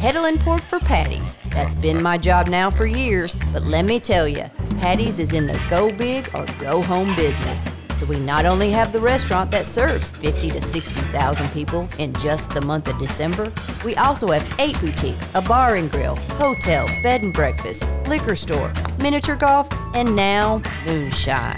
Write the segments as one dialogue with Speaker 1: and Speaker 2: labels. Speaker 1: peddling pork for Patties. That's been my job now for years, but let me tell you, Patties is in the go big or go home business. So we not only have the restaurant that serves 50 to 60,000 people in just the month of December, we also have eight boutiques, a bar and grill, hotel, bed and breakfast, liquor store, miniature golf, and now moonshine.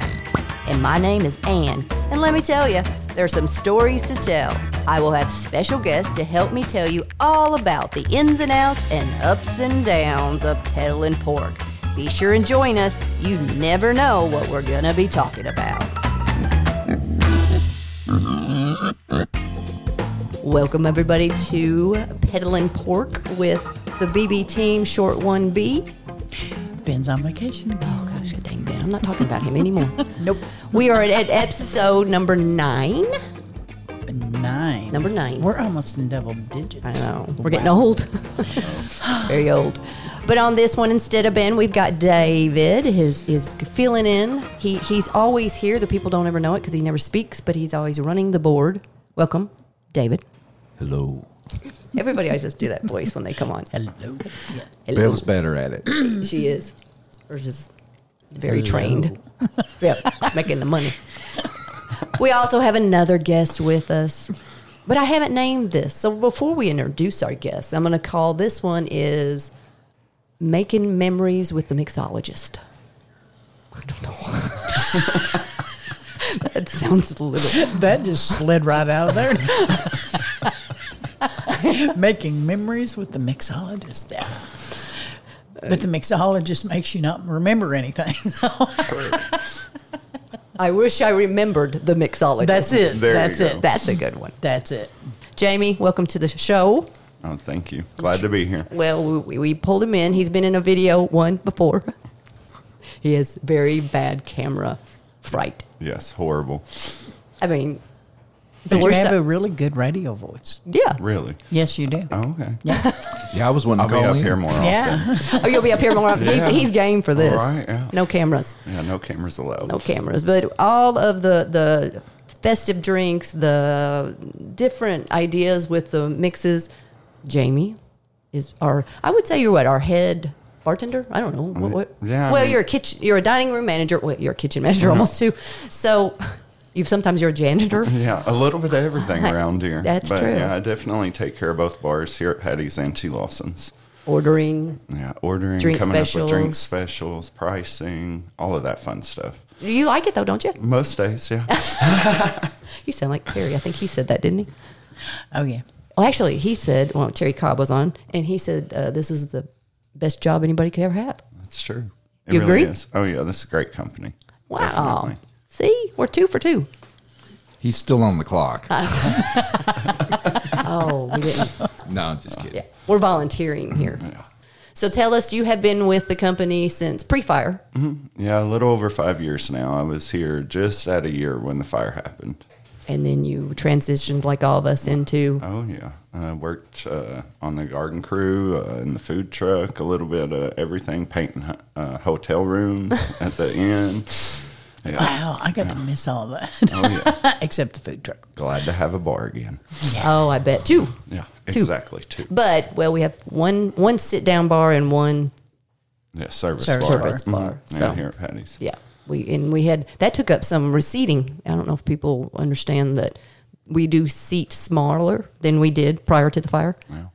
Speaker 1: And my name is Anne, and let me tell you, there are some stories to tell. I will have special guests to help me tell you all about the ins and outs and ups and downs of peddling pork. Be sure and join us. You never know what we're going to be talking about. Welcome, everybody, to Peddling Pork with the BB team, short 1B.
Speaker 2: Ben's on vacation.
Speaker 1: Oh, gosh, dang Ben. I'm not talking about him anymore. nope. We are at episode number nine.
Speaker 2: Nine.
Speaker 1: Number nine.
Speaker 2: We're almost in double digits.
Speaker 1: I know. We're getting old. Very old. But on this one, instead of Ben, we've got David. His is filling in. He he's always here. The people don't ever know it because he never speaks, but he's always running the board. Welcome, David.
Speaker 3: Hello.
Speaker 1: Everybody always has to do that voice when they come on.
Speaker 2: Hello. Yeah.
Speaker 1: Hello.
Speaker 3: Bill's better at it.
Speaker 1: She is. Or just very trained. yep, making the money. We also have another guest with us, but I haven't named this. So before we introduce our guest, I'm going to call this one is Making Memories with the Mixologist. I don't know. that sounds a little.
Speaker 2: That just slid right out of there. Making memories with the mixologist. Yeah. But the mixologist makes you not remember anything. So
Speaker 1: I wish I remembered the mixologist.
Speaker 2: that's it.
Speaker 3: There you
Speaker 2: that's
Speaker 3: go.
Speaker 2: it.
Speaker 1: That's a good one.
Speaker 2: That's it.
Speaker 1: Jamie, welcome to the show.
Speaker 3: Oh, thank you. Glad to be here.
Speaker 1: Well, we, we pulled him in. He's been in a video one before. he has very bad camera fright.
Speaker 3: Yes, horrible.
Speaker 1: I mean, the
Speaker 2: But you
Speaker 1: worst.
Speaker 2: have a really good radio voice.
Speaker 1: yeah.
Speaker 3: Really?
Speaker 2: Yes, you do.
Speaker 3: Oh, okay.
Speaker 4: Yeah, I was one to
Speaker 3: I'll be
Speaker 4: call
Speaker 3: up
Speaker 4: in.
Speaker 3: here more often.
Speaker 2: yeah.
Speaker 1: Oh, you'll be up here more. often.
Speaker 3: Yeah.
Speaker 1: He's, he's game for this.
Speaker 3: All right, yeah.
Speaker 1: No cameras.
Speaker 3: Yeah, no cameras allowed.
Speaker 1: No cameras. But all of the the festive drinks, the different ideas with the mixes. Jamie is our. I would say you're what our head bartender. I don't know what. what
Speaker 3: Yeah, I
Speaker 1: Well,
Speaker 3: mean-
Speaker 1: you're a kitchen. You're a dining room manager. Well, you're a kitchen manager almost too. So, you've sometimes you're a janitor.
Speaker 3: Yeah, a little bit of everything around here.
Speaker 1: That's
Speaker 3: but
Speaker 1: true.
Speaker 3: Yeah, I definitely take care of both bars here at Patty's and T. Lawson's.
Speaker 1: ordering.
Speaker 3: Yeah, ordering,
Speaker 1: Drink
Speaker 3: coming up with drink
Speaker 1: specials.
Speaker 3: specials, pricing, all of that fun stuff.
Speaker 1: You like it though, don't you?
Speaker 3: Most days, yeah.
Speaker 1: You sound like Terry. I think he said that, didn't he?
Speaker 2: Oh, yeah.
Speaker 1: Well, actually, he said, well, Terry Cobb was on, and he said, uh, this is the best job anybody could ever have.
Speaker 3: That's true. It
Speaker 1: You agree?
Speaker 3: really is. Oh, yeah, this is great company.
Speaker 1: Wow.
Speaker 3: Definitely.
Speaker 1: See, we're two for two.
Speaker 4: He's still on the clock.
Speaker 1: Uh, Oh, we didn't.
Speaker 4: no, I'm just kidding.
Speaker 1: Yeah. We're volunteering here. So tell us, you have been with the company since pre fire.
Speaker 3: Yeah, a little over five years now. I was here just at a year when the fire happened.
Speaker 1: And then you transitioned, like all of us, into
Speaker 3: Oh yeah, I worked uh, on the garden crew, uh, in the food truck, a little bit of everything, painting uh, hotel rooms at the inn. Yeah,
Speaker 2: Wow. I got to miss all that
Speaker 3: oh yeah,
Speaker 2: except the food truck.
Speaker 3: glad to have a bar again.
Speaker 1: oh, I bet two.
Speaker 3: Yeah,
Speaker 1: Two.
Speaker 3: exactly. Two.
Speaker 1: But well, we have one one sit down bar and one
Speaker 3: Yeah, service,
Speaker 2: Service
Speaker 3: bar.
Speaker 2: bar.
Speaker 3: Mhm.
Speaker 1: bar,
Speaker 3: Yeah,
Speaker 1: so.
Speaker 3: here at Patty's.
Speaker 1: Yeah. We and we had that took up some reseating. I don't know if people understand that we do seat smaller than we did prior to the fire.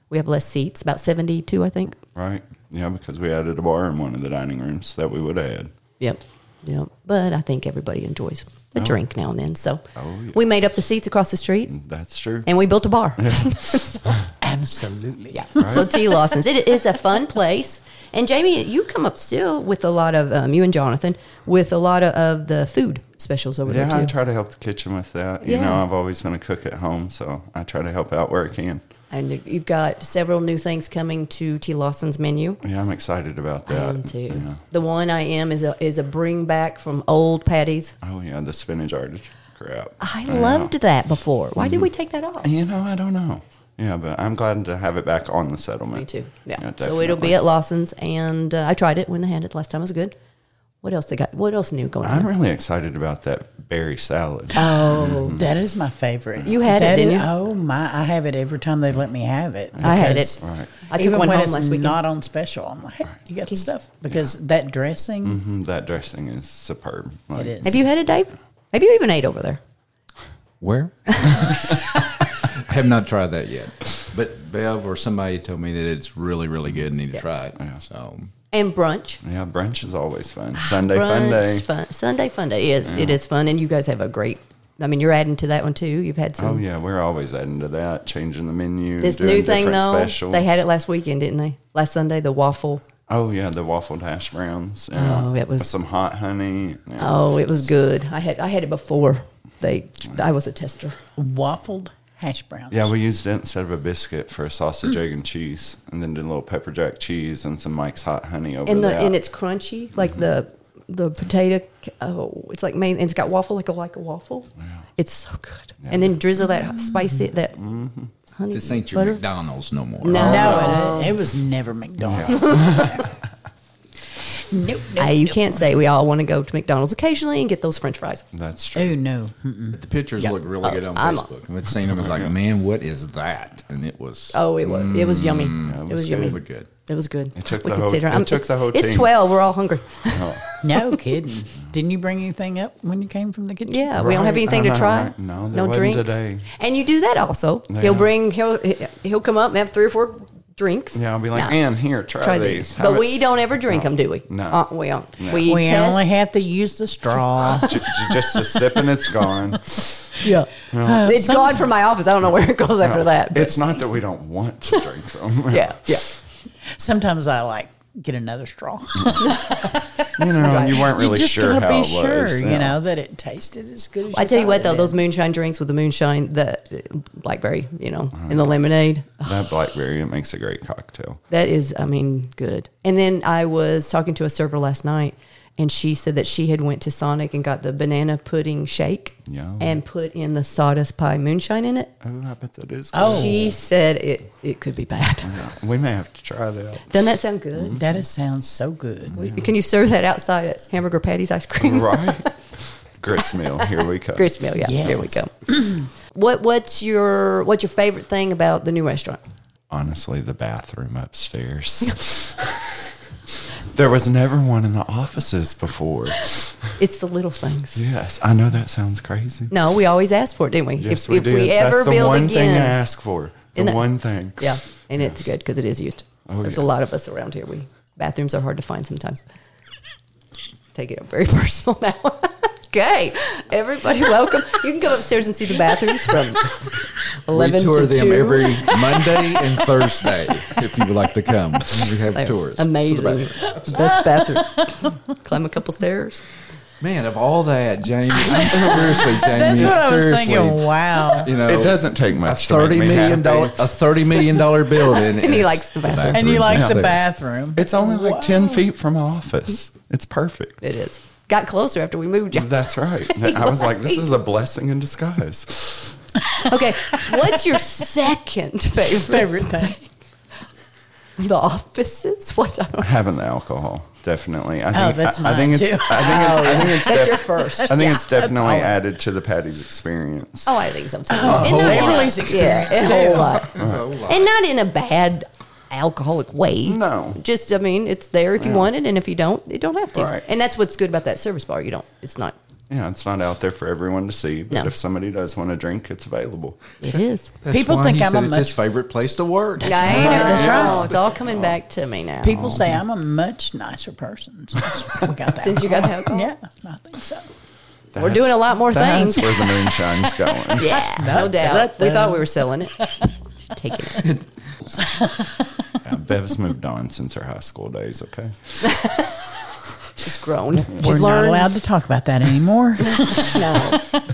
Speaker 1: We have less seats, about 72, I think.
Speaker 3: Right. Yeah, because we added a bar in one of the dining rooms that we would add.
Speaker 1: Yep. Yep. But I think everybody enjoys a drink now and then. So
Speaker 3: Oh, yeah. Mm.
Speaker 1: we made up the seats across the street
Speaker 3: That's true.
Speaker 1: and we built a bar.
Speaker 2: Absolutely.
Speaker 1: Yeah. So T. Lawson's. It is a fun place. And Jamie, you come up still with a lot of um, you and Jonathan with a lot of, of the food specials over
Speaker 3: yeah,
Speaker 1: there
Speaker 3: I
Speaker 1: too.
Speaker 3: try to help the kitchen with that. You know,
Speaker 1: Yeah.
Speaker 3: I've always been a cook at home, so I try to help out where I can.
Speaker 1: and you've got several new things coming to T. Lawson's menu.
Speaker 3: Yeah, I'm excited about
Speaker 1: I
Speaker 3: that.
Speaker 1: am too.
Speaker 3: Yeah.
Speaker 1: The one I am is a is a bring back from old patties.
Speaker 3: Oh yeah, the spinach artichoke crap.
Speaker 1: I
Speaker 3: Yeah.
Speaker 1: loved that before. Why
Speaker 3: Mm.
Speaker 1: did we take that off?
Speaker 3: You know, I don't know. Yeah, but I'm glad to have it back on the settlement.
Speaker 1: Me too. Yeah. so
Speaker 3: definitely.
Speaker 1: it'll be at Lawson's, and uh, I tried it when they had it last time. It was good. What What else they got? What else new going on?
Speaker 3: I'm really excited about that berry salad.
Speaker 1: Oh,
Speaker 2: That is my favorite.
Speaker 1: You had it,
Speaker 2: That
Speaker 1: didn't
Speaker 2: is-
Speaker 1: you?
Speaker 2: Oh my! I have it every time they let me have it.
Speaker 1: I had
Speaker 2: because
Speaker 1: it.
Speaker 3: Right.
Speaker 1: I took
Speaker 2: even
Speaker 1: one
Speaker 2: when
Speaker 1: home
Speaker 2: it's
Speaker 1: last weekend.
Speaker 2: not on special, I'm like, hey, you got the stuff because that dressing.
Speaker 3: Mm, that dressing is superb. Like,
Speaker 2: It is.
Speaker 1: Have you had it, Dave? Have you even ate over there?
Speaker 4: Where? have not tried that yet. But Bev or somebody told me that it's really, really good and need to try it. So
Speaker 1: And brunch.
Speaker 3: Yeah, brunch is always fun. Sunday fun day.
Speaker 1: Ah, brunch, fun Sunday fun day is it is fun, and you guys have a great. I mean, you're adding to that one too. You've had some
Speaker 3: Oh yeah, we're always adding to that, changing the menu,
Speaker 1: this
Speaker 3: doing
Speaker 1: new thing
Speaker 3: different
Speaker 1: though.
Speaker 3: specials.
Speaker 1: They had it last weekend, didn't they? Last Sunday, the waffle.
Speaker 3: Oh yeah, the waffled hash browns. yeah,
Speaker 1: Oh, it was-
Speaker 3: with some hot honey. yeah.
Speaker 1: Oh, it was good. I had I had it before. They I was a tester.
Speaker 2: waffled hash browns.
Speaker 3: Mm. Yeah, we used it instead of a biscuit for a sausage, egg, and cheese, and then did a little pepper jack cheese and some Mike's hot honey over
Speaker 1: and the
Speaker 3: that.
Speaker 1: and it's crunchy like the the potato. Oh, it's like main. And it's got waffle like a like a waffle. It's so good. And then drizzle that spicy that
Speaker 3: Mm-hmm.
Speaker 1: honey.
Speaker 4: this ain't your
Speaker 1: butter.
Speaker 4: McDonald's no more.
Speaker 1: No.
Speaker 3: Oh.
Speaker 2: No, it, it was never McDonald's. nope. nope.
Speaker 1: Hey, you can't say we all want to go to McDonald's occasionally and get those French fries.
Speaker 3: That's true.
Speaker 2: Oh no. Mm-mm.
Speaker 4: But the pictures
Speaker 2: Yeah.
Speaker 4: look
Speaker 1: Oh,
Speaker 4: really good on Facebook. I've seen them. I was like, man, what is that? And it was
Speaker 1: Oh, it was it was yummy. it
Speaker 3: Mm, was
Speaker 1: was
Speaker 3: good.
Speaker 1: yummy.
Speaker 4: it looked good.
Speaker 1: It was good.
Speaker 3: It took the whole- it
Speaker 1: I'm-
Speaker 3: took
Speaker 1: it's-
Speaker 3: the whole
Speaker 1: It's
Speaker 3: team.
Speaker 1: twelve. We're all hungry.
Speaker 2: No kidding. Didn't you bring anything up when you came from the kitchen?
Speaker 1: Yeah, we don't have
Speaker 3: Right,
Speaker 1: anything
Speaker 3: I
Speaker 1: to
Speaker 3: know,
Speaker 1: try.
Speaker 3: right. No, there wasn't today.
Speaker 1: And you do that also. He'll
Speaker 3: Yeah.
Speaker 1: bring he'll he'll come up and have three or four drinks.
Speaker 3: Yeah, I'll be like,
Speaker 1: No.
Speaker 3: Ann, here, try,
Speaker 1: try
Speaker 3: these.
Speaker 1: these.
Speaker 3: Have
Speaker 1: But
Speaker 3: it-
Speaker 1: we don't ever drink them, do we?
Speaker 3: No.
Speaker 1: Uh, we don't.
Speaker 3: No.
Speaker 1: We,
Speaker 2: We
Speaker 1: test.
Speaker 2: only have to use the straw.
Speaker 3: J- j- just a sip and it's gone.
Speaker 2: yeah.
Speaker 1: It's gone from my office. I don't know where it goes after that. but-
Speaker 3: It's not that we don't want to drink them.
Speaker 1: yeah, yeah.
Speaker 2: Sometimes I like get another straw.
Speaker 3: you know, you weren't really
Speaker 2: you just
Speaker 3: sure
Speaker 2: gotta
Speaker 3: how
Speaker 2: be
Speaker 3: it was.
Speaker 2: sure,
Speaker 3: yeah.
Speaker 2: you know, that it tasted as good as
Speaker 1: I tell you what, though,
Speaker 2: thought it
Speaker 1: those moonshine drinks with the moonshine, the uh, blackberry, you know,
Speaker 3: Uh-huh.
Speaker 1: and the lemonade,
Speaker 3: that blackberry. It makes a great cocktail.
Speaker 1: That is, I mean, good. And then I was talking to a server last night, and she said that she had went to Sonic and got the banana pudding shake,
Speaker 3: Yum.
Speaker 1: and put in the sawdust pie moonshine in it.
Speaker 3: Oh, I bet that is.
Speaker 2: Oh.
Speaker 1: She said it it could be bad.
Speaker 3: good. we may have to try that.
Speaker 1: Doesn't that sound good?
Speaker 2: is. That is, sounds so good.
Speaker 1: Can you serve that outside at Hamburger Patty's ice cream?
Speaker 3: Right, gristmill. Here we come.
Speaker 1: Gristmill, yeah. Here we
Speaker 2: Yes.
Speaker 1: go. what what's your what's your favorite thing about the new restaurant?
Speaker 3: honestly the bathroom upstairs. there was never one in the offices before.
Speaker 1: It's the little things.
Speaker 3: Yes, I know that sounds crazy.
Speaker 1: No, we always asked for it, didn't we?
Speaker 3: Yes,
Speaker 1: if
Speaker 3: we
Speaker 1: if
Speaker 3: did.
Speaker 1: we ever
Speaker 3: That's the
Speaker 1: build
Speaker 3: one thing I
Speaker 1: again,
Speaker 3: ask for. The
Speaker 1: Isn't that-
Speaker 3: one thing.
Speaker 1: Yeah, and it's good because it is used.
Speaker 3: Oh,
Speaker 1: There's
Speaker 3: yeah.
Speaker 1: a lot of us around here. We bathrooms are hard to find sometimes. Take it up very personal now. okay, everybody, welcome. You can go upstairs and see the bathrooms from eleven
Speaker 4: we tour
Speaker 1: to
Speaker 4: them
Speaker 1: two.
Speaker 4: every Monday and Thursday if you would like to come. We have
Speaker 1: They're
Speaker 4: tours. for the
Speaker 1: amazing,
Speaker 4: bathroom.
Speaker 1: best bathroom. Climb a couple stairs.
Speaker 4: Man, of all that, Jamie. I'm- seriously, Jamie.
Speaker 2: That's what I was
Speaker 4: seriously,
Speaker 2: thinking. Wow.
Speaker 4: You know,
Speaker 3: It doesn't take
Speaker 4: a
Speaker 3: much.
Speaker 4: thirty million dollar a thirty million dollar building,
Speaker 1: he
Speaker 4: it's
Speaker 1: likes the bathroom.
Speaker 2: and you like the
Speaker 4: upstairs.
Speaker 2: bathroom.
Speaker 3: It's only like ten feet from my office. It's perfect.
Speaker 1: It is. Got closer after we moved. John.
Speaker 3: That's right. I was like, this is a blessing in disguise.
Speaker 1: Okay, what's your second favorite?
Speaker 2: favorite thing.
Speaker 1: The offices. What? I don't
Speaker 3: Having the alcohol, definitely.
Speaker 1: Oh,
Speaker 3: I think,
Speaker 2: Oh, that's
Speaker 3: I- I, think
Speaker 2: mine,
Speaker 3: it's.
Speaker 2: too.
Speaker 3: I think, it- I think it's.
Speaker 1: That's
Speaker 3: def-
Speaker 1: your first.
Speaker 3: I think it's definitely
Speaker 2: all.
Speaker 3: added to the Patty's experience.
Speaker 1: Oh, I think so too. And
Speaker 4: whole
Speaker 1: not in
Speaker 4: lot.
Speaker 2: Everybody's
Speaker 1: yeah,
Speaker 2: experienced
Speaker 1: a
Speaker 2: it.
Speaker 1: whole lot.
Speaker 4: Oh, wow.
Speaker 1: and not in a bad alcoholic way.
Speaker 3: No.
Speaker 1: just I mean, it's there if you want it, and if you don't, you don't have to.
Speaker 3: Right.
Speaker 1: And that's what's good about that service bar. You don't. It's not.
Speaker 3: Yeah, it's not out there for everyone to see, but
Speaker 1: No.
Speaker 3: if somebody does want to drink, it's available.
Speaker 1: It is.
Speaker 4: That's
Speaker 2: People
Speaker 4: why
Speaker 2: think
Speaker 4: he
Speaker 2: I'm
Speaker 4: said
Speaker 2: a
Speaker 4: it's
Speaker 2: much-
Speaker 4: his favorite place to work.
Speaker 1: I know.
Speaker 2: That's right.
Speaker 1: It's all coming back to me now.
Speaker 2: People say I'm a much nicer person since we got that.
Speaker 1: Since you got the alcohol?
Speaker 2: Yeah, I think so.
Speaker 1: We're doing a lot more
Speaker 3: That's
Speaker 1: things.
Speaker 3: where the moonshine's going.
Speaker 1: Yeah, no doubt. We
Speaker 2: da.
Speaker 1: thought we were selling it. Taking it.
Speaker 3: Yeah, Bev's moved on since her high school days. Okay,
Speaker 1: She's grown. She's
Speaker 2: We're
Speaker 1: learned.
Speaker 2: not allowed to talk about that anymore.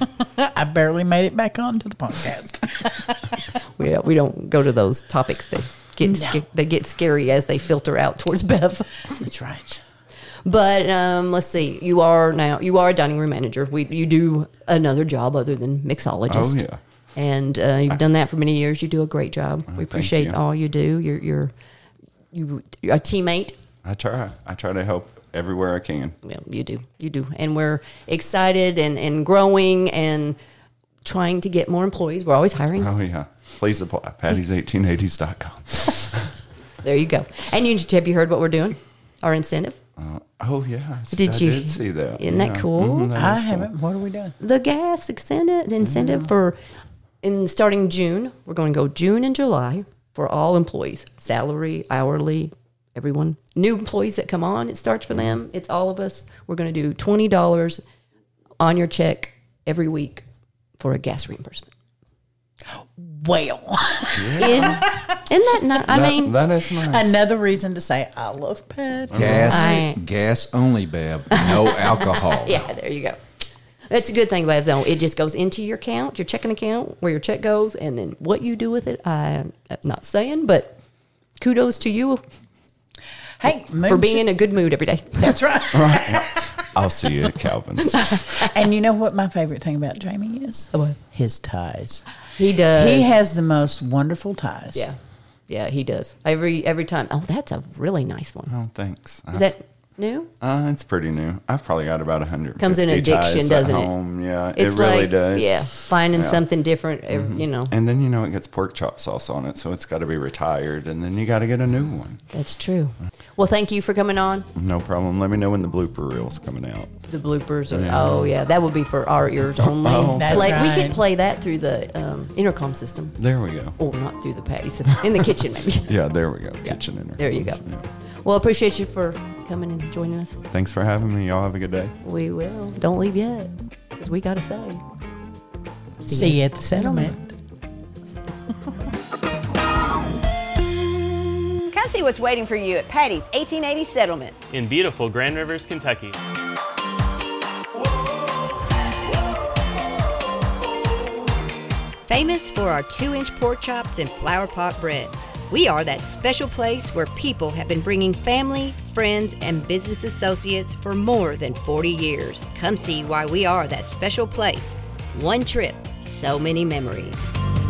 Speaker 1: No,
Speaker 2: I barely made it back onto the podcast.
Speaker 1: we don't, we don't go to those topics. They get sca- they get scary as they filter out towards Bev.
Speaker 2: That's right.
Speaker 1: But um, let's see. You are now you are a dining room manager. We you do another job other than mixologist.
Speaker 3: Oh, yeah. Oh,
Speaker 1: and uh, you've done that for many years. You do a great job. we appreciate
Speaker 3: you.
Speaker 1: all you do. You're you're you you're a teammate.
Speaker 3: I try. I try to help everywhere I can.
Speaker 1: Well, you do. You do. And we're excited and, and growing and trying to get more employees. We're always hiring.
Speaker 3: Oh, yeah. Please apply. Patty's1880s.com.
Speaker 1: There you go. And you have you heard what we're doing? Our incentive?
Speaker 3: Oh, yeah. I s-
Speaker 1: Did
Speaker 3: I
Speaker 1: you-
Speaker 3: did see that.
Speaker 1: Isn't that
Speaker 3: Yeah.
Speaker 1: cool?
Speaker 3: Mhm, that
Speaker 2: I
Speaker 3: is cool.
Speaker 2: haven't. What are we doing?
Speaker 1: The gas incentive, the incentive for in starting June, we're going to go June and July for all employees, salary, hourly, everyone. New employees that come on, it starts for them. It's all of us. We're going to do twenty dollars on your check every week for a gas reimbursement.
Speaker 2: Well,
Speaker 1: Isn't, isn't that not? I
Speaker 3: That-
Speaker 1: mean,
Speaker 3: that is nice.
Speaker 2: another reason to say I love Patty.
Speaker 4: Gas,
Speaker 1: I-
Speaker 4: gas only, Bev. No alcohol.
Speaker 1: Yeah, there you go. That's a good thing about it, though. It just goes into your account, your checking account, where your check goes, and then what you do with it. I'm not saying, but kudos to you
Speaker 2: Hey,
Speaker 1: for being in a good mood every day.
Speaker 2: that's right.
Speaker 3: I'll see you at Calvin's.
Speaker 2: And you know what my favorite thing about Jamie is? His ties.
Speaker 1: He does.
Speaker 2: Oh, He has the most wonderful ties.
Speaker 1: Uh, yeah, yeah, he does. Every every time. Oh, that's a really nice one.
Speaker 3: oh, thanks.
Speaker 1: Is that new?
Speaker 3: Uh, it's pretty new. I've probably got about a hundred.
Speaker 1: Comes in addiction, doesn't it?
Speaker 3: it? Yeah, it really does.
Speaker 1: Yeah, finding
Speaker 3: Yeah. Mm-hmm.
Speaker 1: something different. ev- You know,
Speaker 3: And then you know it gets pork chop sauce on it, so it's got to be retired, and then you got to get a new one.
Speaker 1: that's true. Well, thank you for coming on.
Speaker 3: No problem. Let me know when the blooper reel's coming out.
Speaker 1: The bloopers. Are, Oh, yeah. That would be for our ears only.
Speaker 3: Oh.
Speaker 2: That's
Speaker 1: play, We
Speaker 2: right.
Speaker 1: could play that through the um, intercom system.
Speaker 3: There we go.
Speaker 1: Or not through the patio. so In the kitchen, maybe.
Speaker 3: Yeah, there we go. Kitchen intercourse.
Speaker 1: There you go.
Speaker 3: Yeah.
Speaker 1: Well, appreciate you for coming and joining us.
Speaker 3: Thanks for having me. Y'all have a good day.
Speaker 1: We will. Don't leave yet, because we got to say.
Speaker 2: See you at the settlement.
Speaker 1: Come see what's waiting for you at Patty's 1880 Settlement.
Speaker 5: in beautiful Grand Rivers, Kentucky.
Speaker 1: Famous for our two inch pork chops and flower pot bread. We are that special place where people have been bringing family, friends, and business associates for more than 40 years. Come see why we are that special place. One trip, so many memories.